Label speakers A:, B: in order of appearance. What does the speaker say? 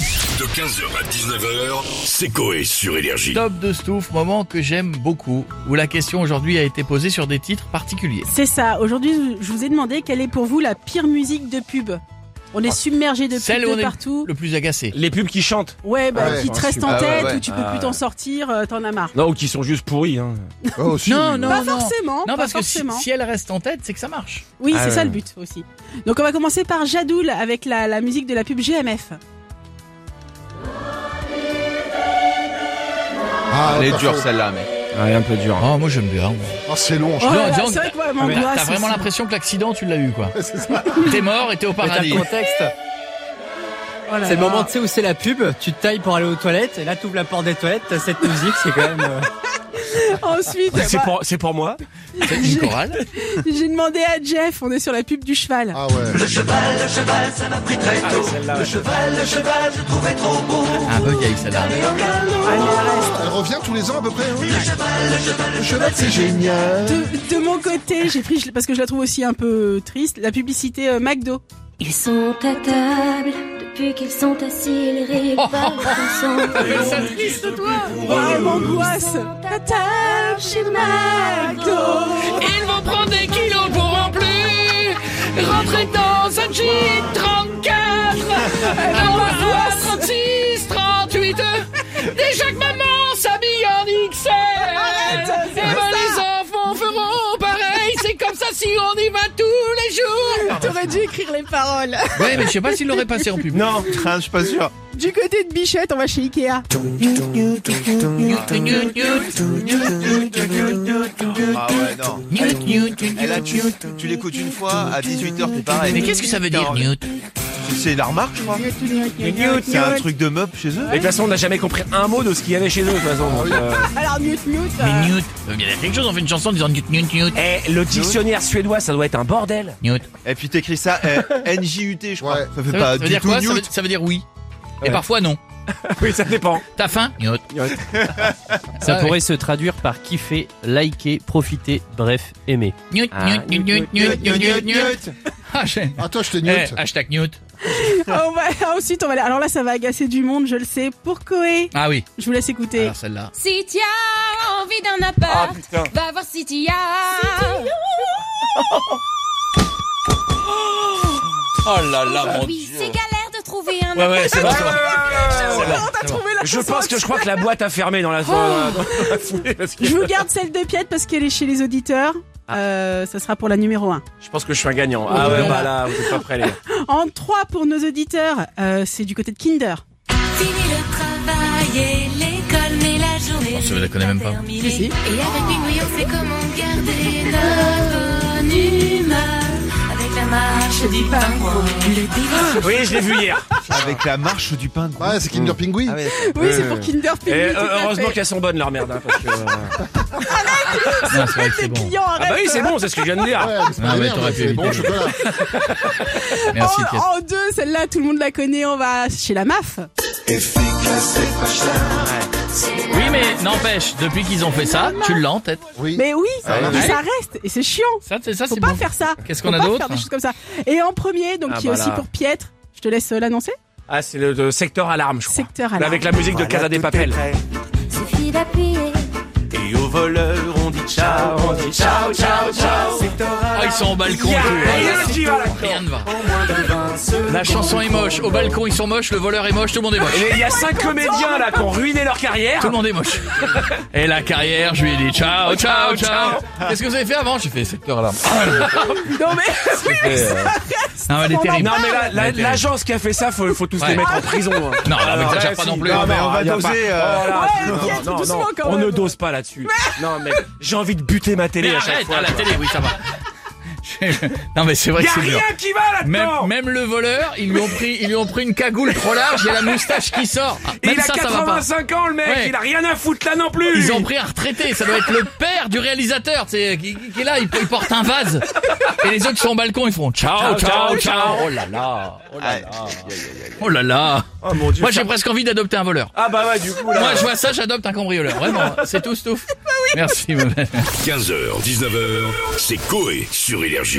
A: De 15h à 19h, c'est Coé sur Énergie.
B: Top de Stouff, moment que j'aime beaucoup, où la question aujourd'hui a été posée sur des titres particuliers.
C: C'est ça. Aujourd'hui, je vous ai demandé quelle est pour vous la pire musique de pub. On est submergé de
B: Ah. Celle
C: pubs
B: où on
C: de
B: est
C: partout.
B: Le plus agacé.
D: Les pubs qui chantent.
C: Ouais, bah,
E: Ah ouais.
C: qui te reste en
E: Ah ouais,
C: tête
E: ouais.
C: ou tu peux plus t'en sortir, euh, t'en as marre.
D: Non, ou qui sont juste pourris. Hein.
E: Oh, si, oui, oui.
C: pas forcément.
B: Non,
C: pas
B: parce que si,
C: forcément.
B: si elle reste en tête, c'est que ça marche.
C: Oui,
D: Ah
C: c'est
D: ouais.
C: ça le but aussi. Donc on va commencer par Jadoul avec la, la musique de la pub GMF.
E: Ah,
F: Elle est
E: pas
F: dure
E: faux.
F: celle-là, mec.
D: Ah, elle est un peu dur.
B: Oh, moi j'aime bien.
E: Ah, c'est long.
C: Oh
E: je-
B: Non,
C: là là,
B: disons
C: c'est
B: que-
C: vrai que moi, elle m'angoisse
B: Ah, T'as vraiment
C: aussi.
B: l'impression que l'accident, tu l'as eu, quoi.
E: C'est ça.
B: T'es mort et t'es au
F: Mais t'as
B: paradis.
F: le contexte.
C: Oh là
G: C'est le
C: là.
G: moment, tu sais, où c'est la pub, tu te tailles pour aller aux toilettes, et là, tu ouvres la porte des toilettes, t'as cette musique, c'est quand même... euh,
C: Ensuite,
D: C'est
C: bah,
D: pour, c'est pour moi.
B: C'est une chorale.
C: j'ai demandé à Jeff, on est sur la pub du cheval.
E: Ah ouais.
B: Un peu vieille, celle-là.
E: Elle revient tous les ans à peu près. hein. Le cheval, c'est génial.
C: De, de mon côté, j'ai pris, je- parce que je la trouve aussi un peu triste, la publicité euh, McDo.
H: Ils sont à table depuis qu'ils sont assis, ils rivent pas ensemble.
B: Ça triste, toi
C: Oh, elle m'angoisse
H: À table chez
C: McDo
I: Ils vont prendre des kilos pour en plus Rentrer dans un jean 34 Dans un 36, 38 Déjà que maman s'habille en XL Et ben les enfants feront pareil C'est comme ça si on y va tous les jours
C: T'aurais dû écrire les paroles.
B: Ouais, mais je sais pas s'il l'aurait passé en pub.
F: Non, je suis pas sûr.
C: Du côté de Bichette, on va chez Ikea.
F: Ah ouais, non. Et là, tu, tu l'écoutes une fois, à 18h, t'es pareil.
B: Mais qu'est-ce que ça veut dire, Newt
F: C'est la remarque, je crois. C'est un truc de meuble chez eux.
D: Et de toute façon, on n'a jamais compris un mot de ce qu'il y avait chez eux, de toute façon. donc, euh,
C: Alors, mute, mute. euh,
F: Ah.
B: Mais Newt, euh, il y a quelque chose, on fait une chanson en disant Newt, Newt, Newt,
D: eh, le dictionnaire suédois, ça doit être un bordel.
B: Newt.
F: Et puis t'écris ça, eh, NJUT, je crois.
E: Ouais.
F: Ça
B: Ça
F: fait
B: veut,
F: pas
B: ça veut
F: du
B: dire
F: tout
B: quoi ça
F: Newt.
B: veut, ça veut dire oui. Et
D: Ouais.
B: parfois non.
D: Oui, ça dépend.
B: T'as faim Newt.
J: Ça
B: Ah
J: pourrait se traduire par kiffer, liker, profiter, bref, aimer.
B: Newt,
D: Ah,
B: Newt, Newt, Newt, Newt, Newt, Newt, Newt. Ah, j'ai-
E: Ah, toi, je t'ai
B: Eh,
E: newt.
B: hashtag Newt.
C: on va- Oh, ah, ensuite, on va aller. Alors là, ça va agacer du monde, je le sais. Pour Koé,
B: Ah oui,
C: je vous laisse écouter.
B: alors celle-là.
H: Si t'y as envie d'un appart,
D: Ah, putain.
H: va voir si t'y as.
F: Oh là là, mon
H: Oui, c'est galère de trouver un
B: Ouais, ouais, c'est bon, c'est bon.
C: Oh, t'as trouvé la
D: Euh, Je
C: chanson.
D: pense que je crois que la boîte a fermé dans la, dans la foulée. parce que-
C: Je vous garde celle de Piette parce qu'elle est chez les auditeurs. Euh, ça sera pour la numéro 1.
D: Je pense que je suis un gagnant. Ah ouais, bah là, vous êtes pas prêts, les gars.
C: En 3 pour nos auditeurs, euh, c'est du côté de Kinder.
H: Fini le travail et l'école, mais la journée.
B: Oh, ça, je la connais même pas.
H: terminée.
C: Si, si.
H: Et avec Pingouin, on sait comment garder notre bonne humeur. Avec la marche du pingouin, le délicieux
D: Oui, je l'ai vu hier.
F: Avec la marche du pain de
E: Ouais, c'est Kinder Pingui.
F: Ah ouais.
C: Oui, c'est pour Kinder
D: Et
C: Pingouin,
D: euh,
C: tout à fait.
D: heureusement qu'elles sont bonnes, leur merde. hein, parce que, euh,
B: Non, c'est vrai que c'est
C: Les
B: bon.
C: clients
D: Ah bah
C: arrêtent.
D: oui, c'est bon, c'est ce que je viens de dire.
E: Ouais, mais c'est pas
B: Ah,
E: la
B: mais
E: merde,
B: t'aurais pu
E: c'est bon,
B: éviter.
E: chocolat.
B: Merci, Piet.
C: Oh, en, en deux, celle-là, tout le monde la connaît. On va chez la MAF.
B: Oui, mais n'empêche, depuis qu'ils ont fait ça, tu l'as en tête.
E: Oui.
C: Mais oui,
E: Ah
C: mais
E: ouais.
C: ça reste. Et c'est chiant.
B: Ça, c'est ça, Ah,
C: Faut
B: c'est
C: pas
B: bon.
C: faire ça.
B: Qu'est-ce
C: Faut
B: qu'on a
C: pas
B: d'autre
C: faire des choses comme ça. Et en premier, donc
D: Ah,
C: qui est
D: bah
C: aussi
D: là.
C: pour Pietre, je te laisse euh, l'annoncer.
D: Ah, c'est le, le secteur alarme, je crois.
C: Secteur alarme.
D: Avec la musique de Casa des Papel.
H: suffit d'appuyer.
F: Et au voleur, on dit ciao, on dit ciao, ciao, ciao.
B: Ah, ils sont au balcon.
D: Yeah,
B: tu vois.
D: yeah, j'y vais, là.
B: Rien ne va. La chanson est moche. Au balcon, ils sont moches. Le voleur est moche. Tout le monde est moche.
D: Et Il y a cinq comédiens là qui ont ruiné leur carrière.
B: Tout le monde est moche. Et la carrière, je lui ai dit ciao, ciao,
D: Ciao, ciao.
B: ciao. Qu'est-ce que vous avez fait avant J'ai fait secteur alarme.
C: Non mais oui, mais ça
E: euh,
B: Non, mais elle est
C: On
B: terrible.
D: Non mais là, la-
B: Elle est terrible.
D: l'agence qui a fait ça, faut, faut tous
B: Ouais.
D: les mettre en prison. hein.
B: Non, là, mais
D: Alors,
B: t'exagères
D: ouais,
B: pas
D: si.
B: non plus.
F: Non, mais on va
D: y a
F: doser,
D: pas-
F: euh,
D: Oh là,
C: Ouais,
D: non,
C: Pierre,
D: non,
C: doucement,
D: non.
C: quand
D: On
C: même.
D: ne dose pas là-dessus. Non mais j'ai envie de buter ma télé
B: Mais
D: à chaque
B: arrête,
D: fois.
B: à la
D: quoi.
B: télé, oui, ça va. Non, mais c'est vrai
D: Y
B: que
D: a
B: c'est dur.
D: rien qui va
B: Même,
D: là-dedans.
B: même le voleur, ils lui ont pris, ils lui ont pris une cagoule trop large et la moustache qui sort. Ah,
D: Et
B: Même
D: il a
B: ça, ça va pas.
D: 85 ans le mec,
B: Ouais.
D: il a rien à foutre là non plus.
B: Ils ont pris un retraité, ça doit être le père du réalisateur, tu sais, qui, qui est là, il, il porte un vase. Et les autres qui sont au balcon, ils font ciao, ciao, ciao. Oh là là, oh là là.
D: Oh mon dieu.
B: Moi j'ai presque envie d'adopter un voleur.
D: Ah bah ouais du coup là.
B: Moi je vois ça, j'adopte un cambrioleur, vraiment. C'est tout, tout. Merci, ma belle.
A: 15h, 19h, c'est Coé sur Énergie.